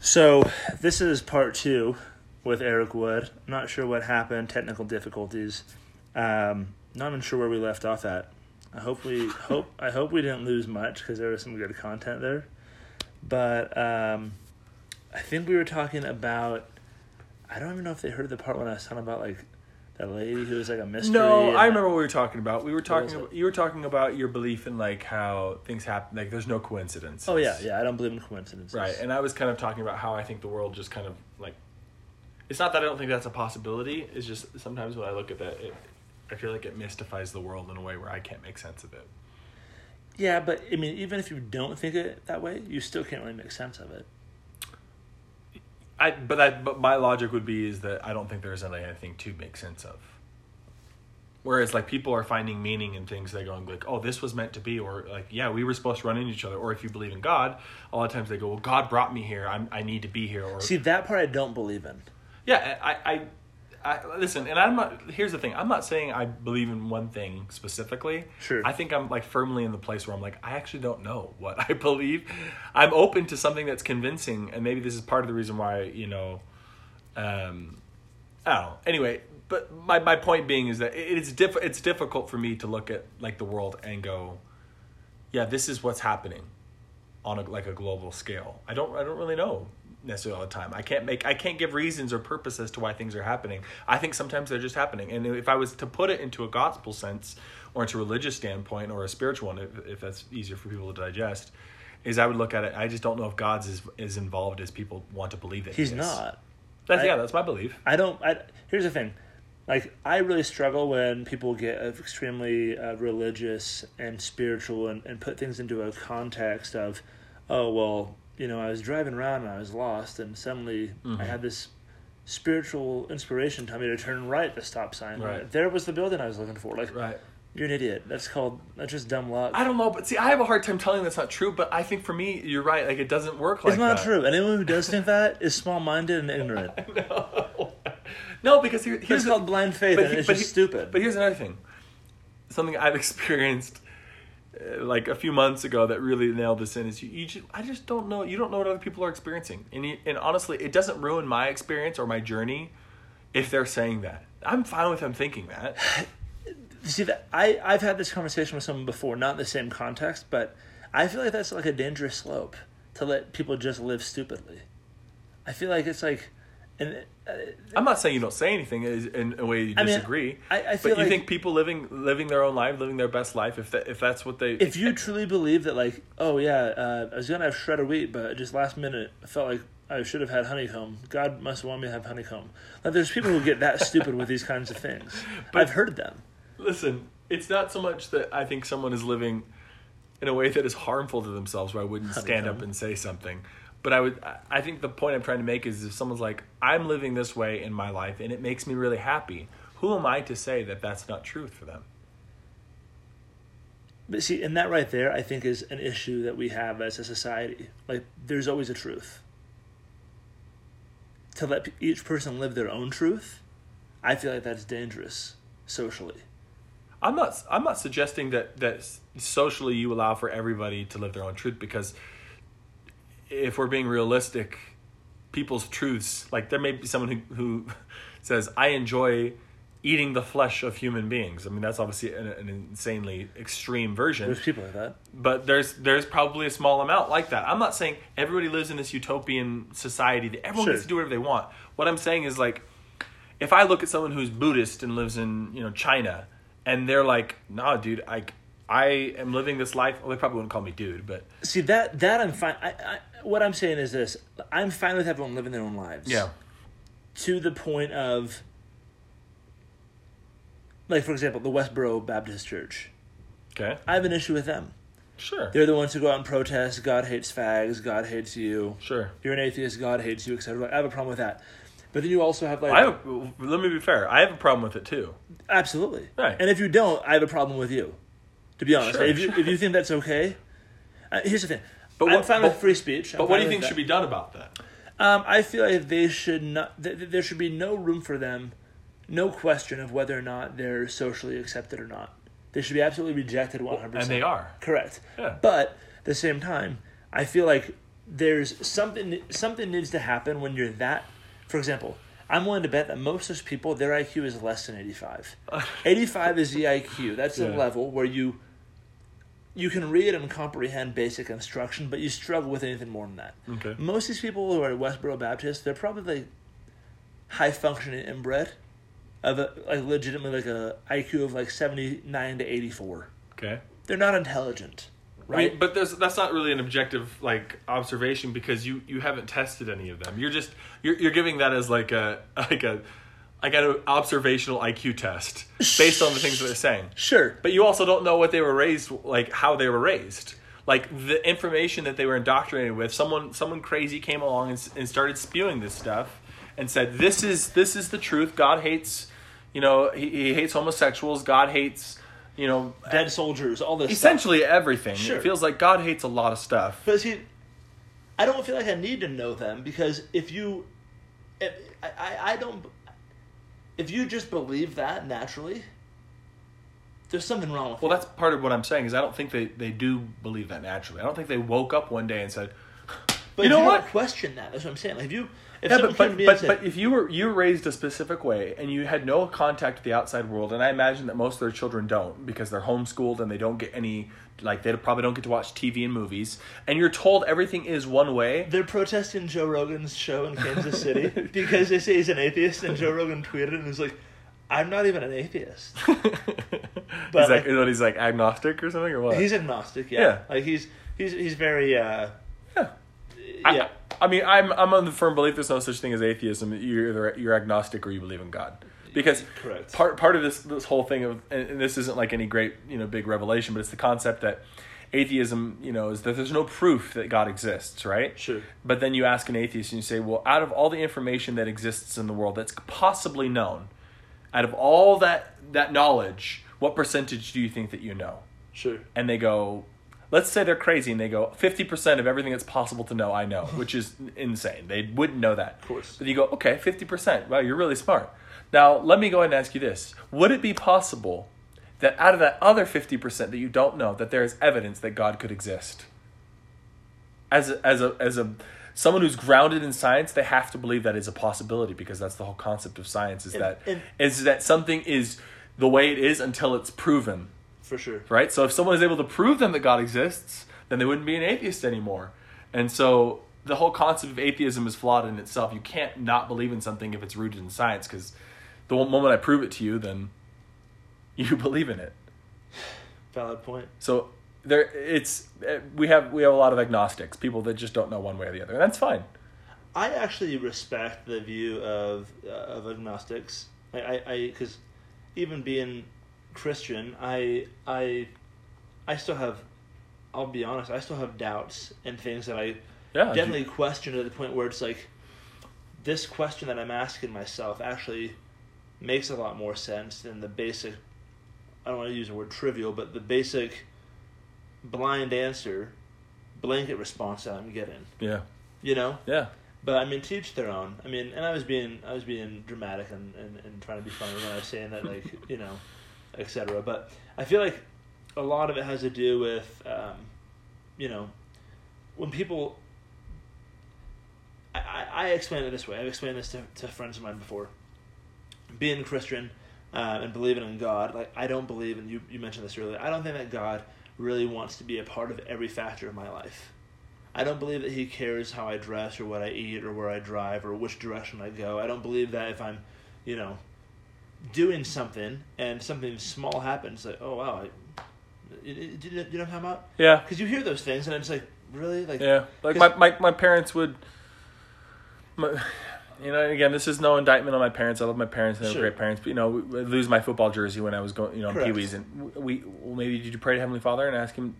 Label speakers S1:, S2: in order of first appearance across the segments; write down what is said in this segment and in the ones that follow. S1: So this is part two with Eric Wood. I'm not sure what happened, technical difficulties. Um, not even sure where we left off at. I hope we hope I hope we didn't lose much because there was some good content there. But um, I think we were talking about. I don't even know if they heard the part when I was talking about like that lady who was like a mystery.
S2: No,
S1: and
S2: I
S1: that-
S2: remember what we were talking about. We were talking.
S1: was
S2: About, you were talking about your belief in like how things happen. Like there's no coincidence.
S1: Oh yeah, yeah. I don't believe in coincidences.
S2: Right, and I was kind of talking about how I think the world just kind of like. It's not that I don't think that's a possibility. It's just sometimes when I look at that, it, I feel like it mystifies the world in a way where I can't make sense of it.
S1: yeah, but I mean, even if you don't think it that way, you still can't really make sense of it.
S2: I but I but my logic would be is that I don't think there's really anything to make sense of. Whereas like people are finding meaning in things they're going like, oh, this was meant to be, or like, yeah, we were supposed to run into each other. Or if you believe in God, a lot of times they go, well, God brought me here. I'm I need to be here. Or
S1: See, that part I don't believe in.
S2: yeah, I, I, I listen, and I'm not. Here's the thing: I'm not saying I believe in one thing specifically.
S1: Sure.
S2: I think I'm like firmly in the place where I'm like, I actually don't know what I believe. I'm open to something that's convincing, and maybe this is part of the reason why you know, um, I don't know. Anyway, but my my point being is that it is diff- It's difficult for me to look at like the world and go, yeah, this is what's happening on a, like a global scale. I don't I don't really know necessarily all the time. I can't make I can't give reasons or purpose as to why things are happening. I think sometimes they're just happening. And if I was to put it into a gospel sense or into a religious standpoint or a spiritual one, if, if that's easier for people to digest, is I would look at it. I just don't know if God's as, as involved as people want to believe that he
S1: He's
S2: is.
S1: not.
S2: That's,
S1: I-
S2: yeah, that's my belief.
S1: I don't. I, here's the thing, like I really struggle when people get extremely uh, religious and spiritual and, and put things into a context of, oh well, you know, I was driving around and I was lost and suddenly
S2: Mm-hmm.
S1: I had this spiritual inspiration tell me to turn right at the stop sign.
S2: Right.
S1: There was the building I was looking for. Like
S2: Right.
S1: you're an idiot. That's called that's just dumb luck.
S2: I don't know, but see, I have a hard time telling that's not true. But I think for me, you're right. Like it doesn't work like
S1: it's not
S2: that.
S1: true. Anyone who does think that is small minded and ignorant.
S2: No, because here, here's
S1: It's called blind faith and
S2: he-
S1: it's just
S2: he-
S1: stupid.
S2: But here's another thing, something I've experienced uh, like a few months ago that really nailed this in is you, you just, I just don't know you don't know what other people are experiencing and you, and honestly it doesn't ruin my experience or my journey if they're saying that I'm fine with them thinking that
S1: see that I I've had this conversation with someone before, not in the same context, but I feel like that's like a dangerous slope to let people just live stupidly. I feel like it's like, and uh,
S2: I'm not saying you don't say anything is- in a way you
S1: mean,
S2: disagree
S1: I- I
S2: but
S1: feel
S2: you
S1: like-
S2: think people living living their own life living their best life if that, if that's what they
S1: if you truly believe that, like, oh yeah, uh, I was gonna have shredded wheat, but just last minute, I felt like I should have had honeycomb. God must want me to have honeycomb. Like, there's people who get that stupid with these kinds of things. I've heard them.
S2: Listen, it's not so much that I think someone is living in a way that is harmful to themselves where I wouldn't stand up and say something. But I would I- I think the point I'm trying to make is if someone's like, I'm living this way in my life and it makes me really happy, who am I to say that that's not truth for them?
S1: But see, and that right there, I think, is an issue that we have as a society. Like, there's always a truth. To let p- each person live their own truth, I feel like that's dangerous socially.
S2: I'm not I'm not suggesting that that socially you allow for everybody to live their own truth because if we're being realistic, people's truths like there may be someone who, who says I enjoy eating the flesh of human beings. I mean that's obviously an, an insanely extreme version,
S1: There's people like that.
S2: but there's there's probably a small amount like that. I'm not saying everybody lives in this utopian society that everyone
S1: Sure.
S2: gets to do whatever they want. What I'm saying is like if I look at someone who's Buddhist and lives in you know China, and they're like, "Nah, dude, I I am living this life." Well, they probably wouldn't call me dude, but
S1: See that that I'm fine. I, I, what I'm saying is this: I'm fine with everyone living their own lives. To the point of, like for example, the Westboro Baptist Church.
S2: okay,
S1: I have an issue with them.
S2: sure,
S1: They're the ones who go out and protest. God hates fags. God hates you.
S2: sure.
S1: you're an atheist, God hates you, etc. I have a problem with that. But then you also have like
S2: I have, let me be fair. I have a problem with it too.
S1: absolutely
S2: Right.
S1: And if you don't, I have a problem with you. To be honest,
S2: Sure.
S1: if you if you think that's okay, uh, here's the thing.
S2: But
S1: But
S2: what-
S1: I'm fine
S2: but-
S1: with free speech. I'm
S2: But
S1: fine
S2: what do you
S1: with
S2: think
S1: that.
S2: should be done about that?
S1: Um, I feel like they should not. Th- th- there should be no room for them, no question of whether or not they're socially accepted or not. They should be absolutely rejected 100.
S2: And they are.
S1: Correct.
S2: Yeah.
S1: But at the same time, I feel like there's something something needs to happen when you're that. For example, I'm willing to bet that most of those people their IQ is less than 85. 85 is the IQ. That's the
S2: Yeah.
S1: level where you you can read and comprehend basic instruction, but you struggle with anything more than that.
S2: Okay.
S1: Most of these people who are Westboro Baptist, they're probably high functioning inbred of a like legitimately like a IQ of like 79 to 84.
S2: Okay.
S1: They're not intelligent,
S2: I
S1: right?
S2: mean, but there's, that's not really an objective like observation because you you haven't tested any of them. You're just you're, you're giving that as like a like a like an observational IQ test based on the things that they're saying.
S1: sure.
S2: But you also don't know what they were raised like how they were raised. Like the information that they were indoctrinated with, someone someone crazy came along and, s- and started spewing this stuff and said this is this is the truth. God hates, you know, he, he hates homosexuals. God hates, you know,
S1: Dead soldiers, all this stuff.
S2: essentially everything.
S1: Sure.
S2: It feels like God hates a lot of stuff.
S1: But see, I don't feel like I need to know them because if you, if, I, I, I don't. If you just believe that naturally, there's something wrong with
S2: Well,
S1: you.
S2: that's part of what I'm saying is I don't think they, they do believe that naturally. I don't think they woke up one day and said,
S1: But
S2: you
S1: if
S2: know
S1: you
S2: what?
S1: Don't question that. That's what I'm saying. Like if you, if
S2: Yeah,
S1: someone came
S2: but
S1: to
S2: but,
S1: me
S2: but,
S1: and
S2: but
S1: said,
S2: if you were you were raised a specific way and you had no contact with the outside world, and I imagine that most of their children don't because they're homeschooled and they don't get any like they probably don't get to watch TV and movies, and you're told everything is one way.
S1: they're protesting Joe Rogan's show in Kansas City because they say he's an atheist, and Joe Rogan tweeted and was like, "I'm not even an atheist.
S2: he's
S1: But-
S2: like, you know, he's like agnostic or something or what?
S1: He's agnostic. Yeah,
S2: Yeah.
S1: like he's he's he's very uh,
S2: Yeah.
S1: yeah."
S2: I, I mean, I'm I'm of the firm belief there's no such thing as atheism. You're either you're agnostic or you believe in God. Because
S1: Correct.
S2: part part of this this whole thing of and, and this isn't like any great you know big revelation, but it's the concept that atheism you know is that there's no proof that God exists, right?
S1: Sure.
S2: But then you ask an atheist and you say, well, out of all the information that exists in the world that's possibly known, out of all that that knowledge, what percentage do you think that you know?
S1: sure.
S2: and they go let's say they're crazy and they go 50% of everything that's possible to know i know which is insane they wouldn't know that of
S1: course.
S2: but you go okay 50% wow you're really smart now let me go ahead and ask you this would it be possible that out of that other 50% that you don't know that there is evidence that god could exist as a, as a as a someone who's grounded in science they have to believe that is a possibility because that's the whole concept of science is that
S1: and-
S2: is that something is the way it is until it's proven
S1: For sure.
S2: right? So if someone is able to prove them that God exists, then they wouldn't be an atheist anymore. And so the whole concept of atheism is flawed in itself. You can't not believe in something if it's rooted in science, because the one moment I prove it to you, then you believe in it.
S1: Valid point.
S2: So there, it's eh, we have we have a lot of agnostics, people that just don't know one way or the other, and that's fine.
S1: I actually respect the view of uh, of agnostics. I I because even being Christian, I I I still have. I'll be honest. I still have doubts and things that I
S2: Yeah, you-
S1: definitely question to the point where it's like this question that I'm asking myself actually makes a lot more sense than the basic. I don't want to use the word trivial, but the basic blind answer, blanket response that I'm getting.
S2: yeah,
S1: You know.
S2: yeah.
S1: But I mean, teach their own. I mean, and I was being I was being dramatic and, and, and trying to be funny when I was saying that, like you know, etc. But I feel like a lot of it has to do with, um, you know, when people. I, I, I explain it this way. I've explained this to, to friends of mine before. Being Christian uh, and believing in God, like I don't believe, and you you mentioned this earlier. I don't think that God really wants to be a part of every factor of my life. I don't believe that he cares how I dress or what I eat or where I drive or which direction I go. I don't believe that if I'm, you know, doing something and something small happens, like, oh wow, I, you, you, you know what I'm talking about?
S2: Yeah.
S1: Because you hear those things and it's like, really? Like,
S2: Yeah, like my, my my parents would. My, you know, again, this is no indictment on my parents. I love my parents; and they're
S1: Sure.
S2: great parents. But you know, we- I lose my football jersey when I was going, you know, in
S1: Correct.
S2: Pee Wees, and we well, maybe did you pray to Heavenly Father and ask him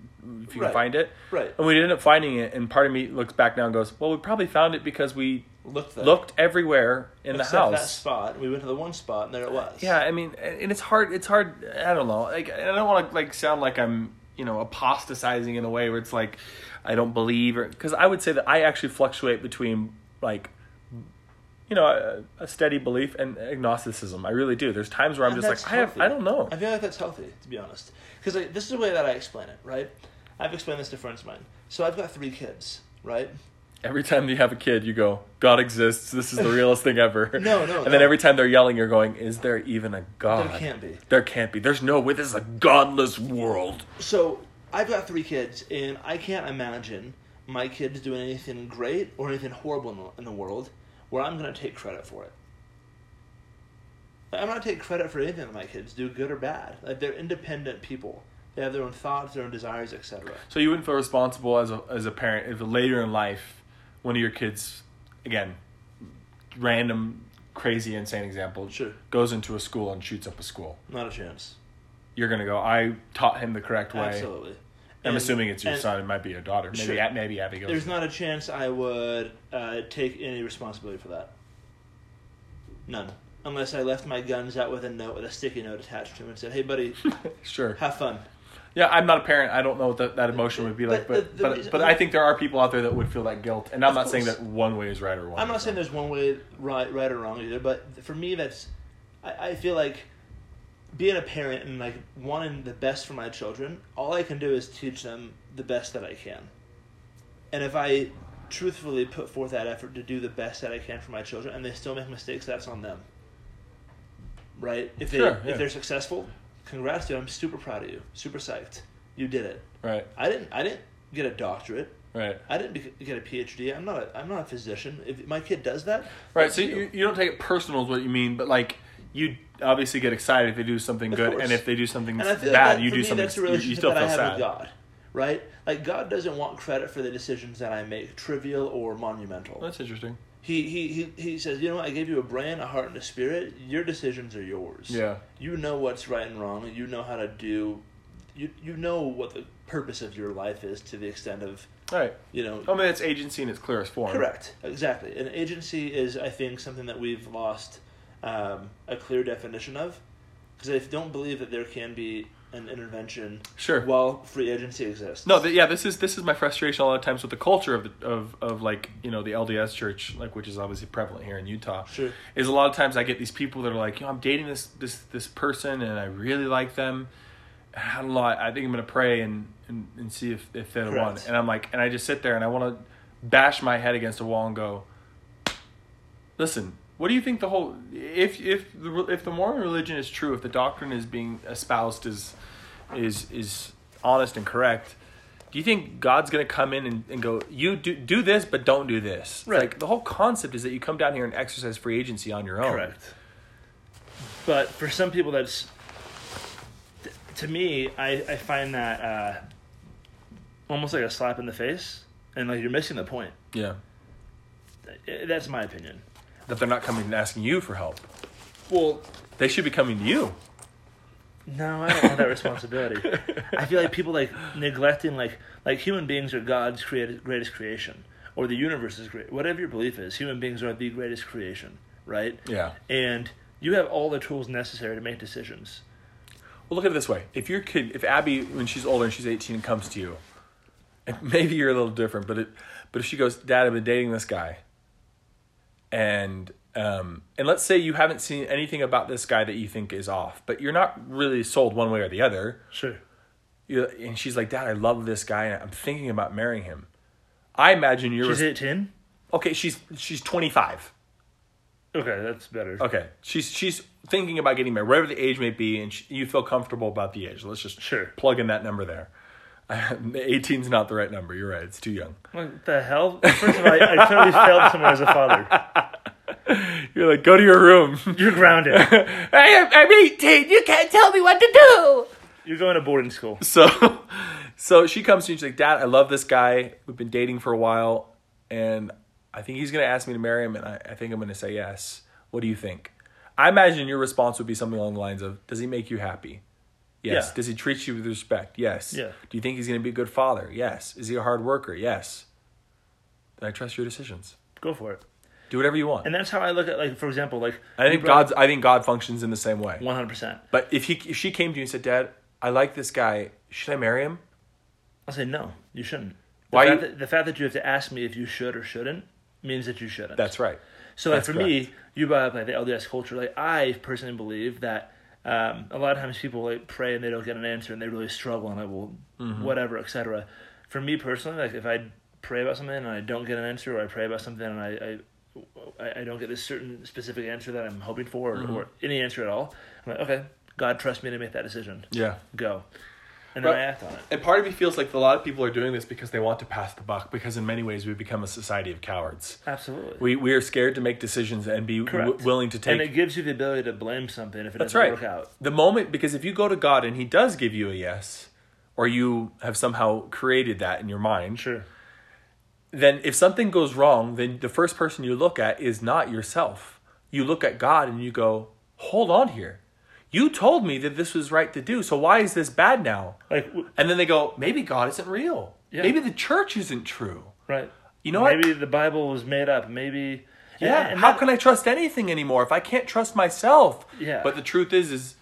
S2: if you
S1: Right.
S2: can find it?
S1: Right.
S2: And we ended up finding it, and part of me looks back now and goes, "Well, we probably found it because we
S1: Looked there.
S2: looked everywhere in the
S1: Except
S2: house."
S1: that spot. We went to the one spot and there it was.
S2: Yeah, I mean, and and it's hard. It's hard. I don't know. Like, I don't want to like sound like I'm, you know, apostatizing in a way where it's like I don't believe, or because I would say that I actually fluctuate between like, you know, a, a steady belief and agnosticism. I really do. There's times where I'm
S1: And
S2: just
S1: Oh, that's
S2: like, I have,
S1: healthy.
S2: I don't know.
S1: I feel like that's healthy, to be honest. Because like, this is the way that I explain it, right? I've explained this to friends of mine. So I've got three kids, right?
S2: every time you have a kid, you go, God exists. This is the realest thing ever.
S1: No, no,
S2: And then
S1: no.
S2: every time they're yelling, you're going, Is there even a God?
S1: There can't be.
S2: There can't be. There's no way. This is a godless world.
S1: So I've got three kids, and I can't imagine my kids doing anything great or anything horrible in the, in the world where I'm going to take credit for it. I'm not taking credit for anything that my kids do, good or bad. Like they're independent people. They have their own thoughts, their own desires, etc.
S2: So you wouldn't feel responsible as a, as a parent if later in life one of your kids, again, random, crazy, insane example,
S1: Sure.
S2: goes into a school and shoots up a school.
S1: Not a chance.
S2: You're going to go, I taught him the correct way.
S1: Absolutely.
S2: I'm
S1: And-
S2: assuming it's your
S1: and
S2: son. It might be your daughter. Maybe,
S1: Sure.
S2: maybe Abby goes.
S1: There's not a chance I would uh, take any responsibility for that. None. Unless I left my guns out with a note, with a sticky note attached to them, and said, "Hey, buddy,
S2: sure.
S1: have fun."
S2: Yeah, I'm not a parent. I don't know what that, that emotion would be like,
S1: But the-
S2: but
S1: the
S2: but,
S1: reason-
S2: but I think there are people out there that would feel that guilt, and I'm
S1: Of
S2: not saying
S1: course.
S2: that one way is right or wrong.
S1: I'm not
S2: is
S1: saying
S2: wrong.
S1: there's one way right, right or wrong either, but for me, that's I, I feel like being a parent and like wanting the best for my children. All I can do is teach them the best that I can, and if I truthfully put forth that effort to do the best that I can for my children, and they still make mistakes, that's on them. Right? If they
S2: Sure, yeah.
S1: if they're successful, congrats, dude! I'm super proud of you. Super psyched. You did it.
S2: right,
S1: I didn't. I didn't get a doctorate.
S2: right,
S1: I didn't bec- get a PhD. I'm not. A, I'm not a physician. If my kid does that,
S2: right.
S1: that's
S2: So you you don't take it personal is what you mean, but like you obviously get excited if they do something
S1: Of
S2: good,
S1: course.
S2: and if they do something
S1: and
S2: bad,
S1: I feel like that,
S2: you
S1: for
S2: do
S1: me,
S2: something
S1: that's a
S2: you-
S1: relationship
S2: you still
S1: that I
S2: feel
S1: have
S2: sad.
S1: with God, right? Like God doesn't want credit for the decisions that I make, trivial or monumental.
S2: That's interesting.
S1: He he he he says, you know, what? I gave you a brain, a heart, and a spirit. Your decisions are yours.
S2: Yeah.
S1: You know what's right and wrong. You know how to do. You you know what the purpose of your life is to the extent of
S2: All right.
S1: you know
S2: I mean, it's agency in its clearest form.
S1: Correct. Exactly. An agency is, I think, something that we've lost um, a clear definition of because I don't believe that there can be an intervention
S2: Sure.
S1: while free agency exists.
S2: No, th- yeah, this is this is my frustration a lot of times with the culture of the, of of like you know the LDS church, like which is obviously prevalent here in Utah.
S1: Sure.
S2: Is a lot of times I get these people that are like, you know, I'm dating this this this person and I really like them. I don't know. I, I think I'm gonna pray and and, and see if if they're the one.
S1: Correct.
S2: And I'm like, and I just sit there and I want to bash my head against a wall and go, listen. What do you think the whole if if the re- if the Mormon religion is true, if the doctrine is being espoused is is is honest and correct, do you think God's going to come in and, and go, you do, do this, but don't do this? It's
S1: Right.
S2: Like, the whole concept is that you come down here and exercise free agency on your own.
S1: Correct. But for some people, that's t- to me, I, I find that uh, almost like a slap in the face, and like you're missing the point.
S2: Yeah.
S1: Eh, That's my opinion.
S2: That they're not coming and asking you for help.
S1: Well,
S2: They should be coming to you.
S1: No, I don't want that responsibility. I feel like people like neglecting like like human beings are God's created, greatest creation, or the universe is great. Whatever your belief is, human beings are the greatest creation, right?
S2: Yeah.
S1: And you have all the tools necessary to make decisions.
S2: Well, look at it this way. If your kid, if Abby, when she's older and she's 18 comes to you, and maybe you're a little different, but it, but if she goes, Dad, I've been dating this guy, and um, and let's say you haven't seen anything about this guy that you think is off, but you're not really sold one way or the other.
S1: Sure.
S2: you and she's like, Dad, I love this guy, and I'm thinking about marrying him. I imagine you're
S1: She's eighteen.
S2: okay. She's she's 25.
S1: Okay, that's better.
S2: Okay, she's she's thinking about getting married, whatever the age may be, and she, you feel comfortable about the age. Let's just
S1: Sure.
S2: plug in that number there. 18's not the right number. You're right. It's too young.
S1: What the hell? First of all, I, I totally failed someone as a father.
S2: You're like, go to your room.
S1: You're grounded.
S2: I am, I'm 18. You can't tell me what to do.
S1: You're going to boarding school.
S2: So, so she comes to you. She's like, Dad, I love this guy. We've been dating for a while, and I think he's gonna ask me to marry him, and I, I think I'm gonna say yes. What do you think? I imagine your response would be something along the lines of, Does he make you happy? Yes.
S1: Yeah.
S2: Does he treat you with respect? Yes.
S1: Yeah.
S2: Do you think he's gonna be a good father? Yes. Is he a hard worker? Yes. Then I trust your decisions.
S1: Go for it.
S2: Do whatever you want.
S1: And that's how I look at like, for example, like
S2: I think God's. I think God functions in the same way.
S1: one hundred percent.
S2: But if he, if she came to you and said, Dad, I like this guy. Should I marry him?
S1: I'll say no, you shouldn't. The
S2: Why
S1: Fact
S2: you-
S1: that, the fact that you have to ask me if you should or shouldn't means that you shouldn't.
S2: That's right.
S1: so. Like
S2: that's
S1: for me, you brought up like the LDS culture. Like I personally believe that um, a lot of times people like pray
S2: Mm-hmm.
S1: and they don't get an answer and they really struggle and I will whatever etc. For me personally, like if I pray about something and I don't get an answer, or I pray about something and I I, I- I don't get this certain specific answer that I'm hoping for, or,
S2: Mm-hmm.
S1: or any answer at all. I'm like, okay, God trust me to make that decision.
S2: Yeah.
S1: Go, and then
S2: Right.
S1: I act on it.
S2: And part of me feels like a lot of people are doing this because they want to pass the buck, because in many ways we become a society of cowards.
S1: Absolutely.
S2: We, we are scared to make decisions and be w-
S1: Correct.
S2: willing to take
S1: and it gives you the ability to blame something if it
S2: That's
S1: doesn't
S2: right.
S1: work out.
S2: The moment, because if you go to God and He does give you a yes, or you have somehow created that in your mind,
S1: Sure.
S2: then if something goes wrong, then the first person you look at is not yourself. You look at God and you go, hold on here. You told me that this was right to do, so why is this bad now?
S1: Like w-
S2: And then they go, maybe God isn't real.
S1: Yeah.
S2: Maybe the church isn't true.
S1: right.
S2: You know
S1: maybe
S2: what?
S1: the Bible was made up. Maybe
S2: Yeah.
S1: And, and
S2: How
S1: that-
S2: can I trust anything anymore if I can't trust myself?
S1: Yeah.
S2: But the truth is, is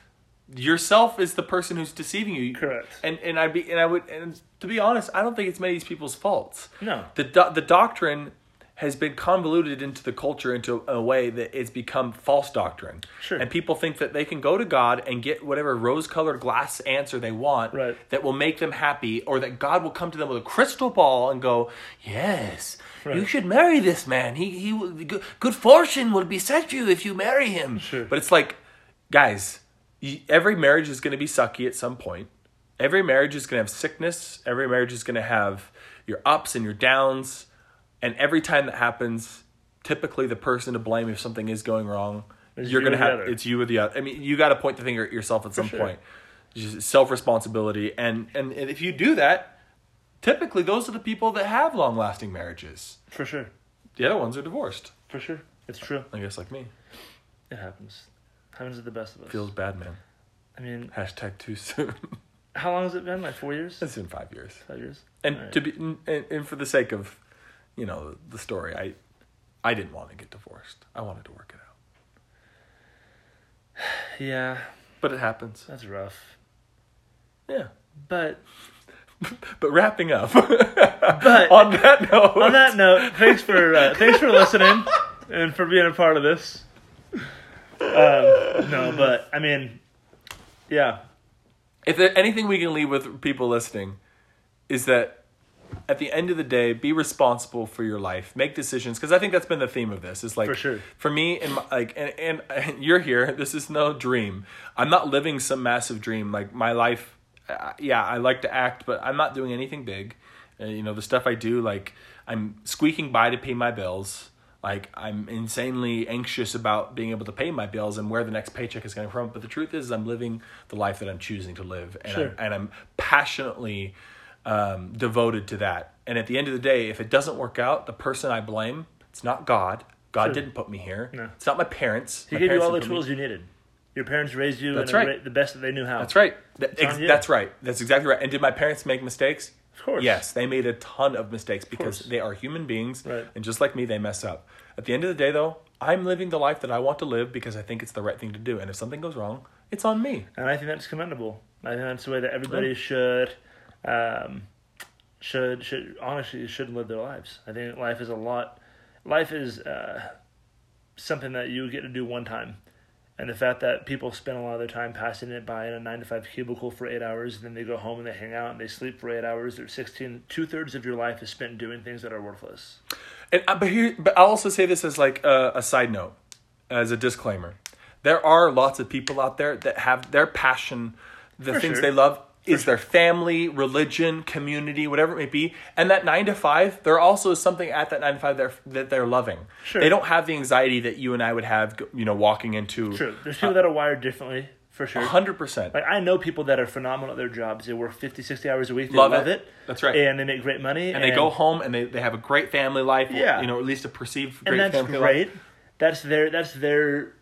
S2: yourself is the person who's deceiving you.
S1: Correct.
S2: And and I be and I would and to be honest, I don't think it's many of these people's faults.
S1: No.
S2: The do- the doctrine has been convoluted into the culture into a way that it's become false doctrine.
S1: Sure.
S2: And people think that they can go to God and get whatever rose-colored glass answer they want
S1: Right.
S2: that will make them happy or that God will come to them with a crystal ball and go, "Yes, you
S1: Right.
S2: should marry this man. He he will- good, good fortune will beset you if you marry him."
S1: Sure.
S2: But it's like, guys, y- every marriage is going to be sucky at some point. Every marriage is going to have sickness. Every marriage is going to have your ups and your downs. And every time that happens, typically the person to blame if something is going wrong,
S1: Is
S2: you're
S1: you
S2: going to
S1: or the
S2: have
S1: other.
S2: it's you or the other. I mean, you got to point the finger at yourself at some
S1: sure.
S2: point. Self responsibility, and, and and if you do that, typically those are the people that have long lasting marriages.
S1: for sure,
S2: The other ones are divorced.
S1: for sure, it's true.
S2: I guess like me.
S1: It happens. Happens to the best of us.
S2: Feels bad, man.
S1: I mean,
S2: Hashtag too soon.
S1: how long has it been? Like four years?
S2: it's in five years.
S1: Five years?
S2: And
S1: All right.
S2: to be and, and for the sake of, you know, the story, I, I didn't want to get divorced. I wanted to work it out,
S1: yeah,
S2: but it happens.
S1: that's rough.
S2: Yeah.
S1: But
S2: But wrapping up
S1: but
S2: on that note,
S1: on that note, thanks for uh, thanks for listening and for being a part of this. Um, no, but I mean, yeah,
S2: if there anything we can leave with people listening, is that at the end of the day, be responsible for your life. Make decisions because I think that's been the theme of this. It's like
S1: For sure.
S2: for me and my, like and, and and you're here. This is no dream. I'm not living some massive dream. Like my life, uh, yeah, I like to act, but I'm not doing anything big. Uh, you know the stuff I do, like I'm squeaking by to pay my bills. Like I'm insanely anxious about being able to pay my bills and where the next paycheck is going from. But the truth is, I'm living the life that I'm choosing to live, and
S1: Sure.
S2: I'm, and I'm passionately um, devoted to that. And at the end of the day, if it doesn't work out, the person I blame, it's not God. God didn't put me here.
S1: No.
S2: It's not my parents.
S1: he
S2: My
S1: gave you
S2: parents
S1: all the
S2: didn't put me-
S1: tools you needed. Your parents raised you
S2: That's
S1: in a
S2: right.
S1: ra- the best that they knew how.
S2: That's right. That- ex-
S1: on you.
S2: that's right. That's exactly right. And did my parents make mistakes?
S1: Of course.
S2: Yes, they made a ton of mistakes because
S1: course.
S2: they are human beings.
S1: Right.
S2: And just like me, they mess up. At the end of the day, though, I'm living the life that I want to live because I think it's the right thing to do. And if something goes wrong, it's on me.
S1: and I think that's commendable. I think that's the way that everybody should, um, should should honestly should live their lives. I think life is a lot. Life is uh, something that you get to do one time, and the fact that people spend a lot of their time passing it by in a nine to five cubicle for eight hours, and then they go home and they hang out and they sleep for eight hours. They're sixteen. Two thirds of your life is spent doing things that are worthless.
S2: And uh, but here, but I'll also say this as like a, a side note, as a disclaimer. There are lots of people out there that have their passion, the
S1: For
S2: things
S1: sure.
S2: they love is their family, religion, community, whatever it may be. And that nine to five, there also is something at that nine to five they're, that they're loving.
S1: Sure.
S2: They don't have the anxiety that you and I would have, you know, walking into.
S1: True. There's
S2: Uh,
S1: people that are wired differently, for sure.
S2: Hundred percent.
S1: Like I know people that are phenomenal at their jobs. They work 50, 60 hours a week. They
S2: Love
S1: love,
S2: it.
S1: it.
S2: That's right.
S1: And they make great money.
S2: And they go home and they, they have a great family life.
S1: Yeah.
S2: You know, at least a perceived great
S1: And that's
S2: family
S1: great.
S2: life.
S1: That's their. That's their.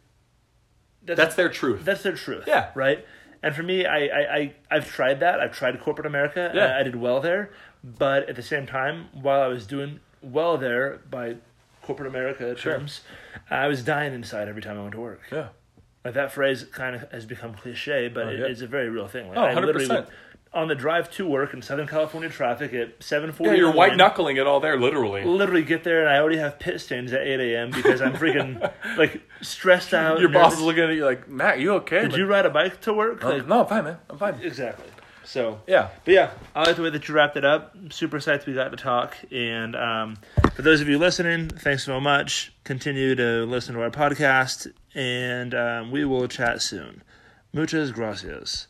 S1: That's,
S2: That's their truth.
S1: that's their truth.
S2: Yeah.
S1: Right. And for me, I I I i have tried that. I've tried corporate America. and
S2: Yeah.
S1: I did well there, but at the same time, while I was doing well there by corporate America terms, I was dying inside every time I went to work.
S2: yeah.
S1: Like that phrase kind of has become cliche, but it,
S2: Oh, yeah.
S1: it's a very real thing. Like,
S2: Oh,
S1: I literally
S2: 100%.
S1: would- on the drive to work in Southern California traffic at seven forty.
S2: Yeah, you're white knuckling it all there, literally.
S1: Literally get there and I already have pit stains at eight a.m. because I'm freaking like stressed out.
S2: Your boss
S1: nervous.
S2: is looking at you like, Oh, Matt, you okay?
S1: Did you ride a bike to work? Like,
S2: no, I'm fine, man. I'm fine.
S1: exactly. So
S2: Yeah.
S1: But yeah, I like the way that you wrapped it up. I'm super psyched we got to talk. And um, for those of you listening, thanks so much. Continue to listen to our podcast, and um, we will chat soon. Muchas gracias.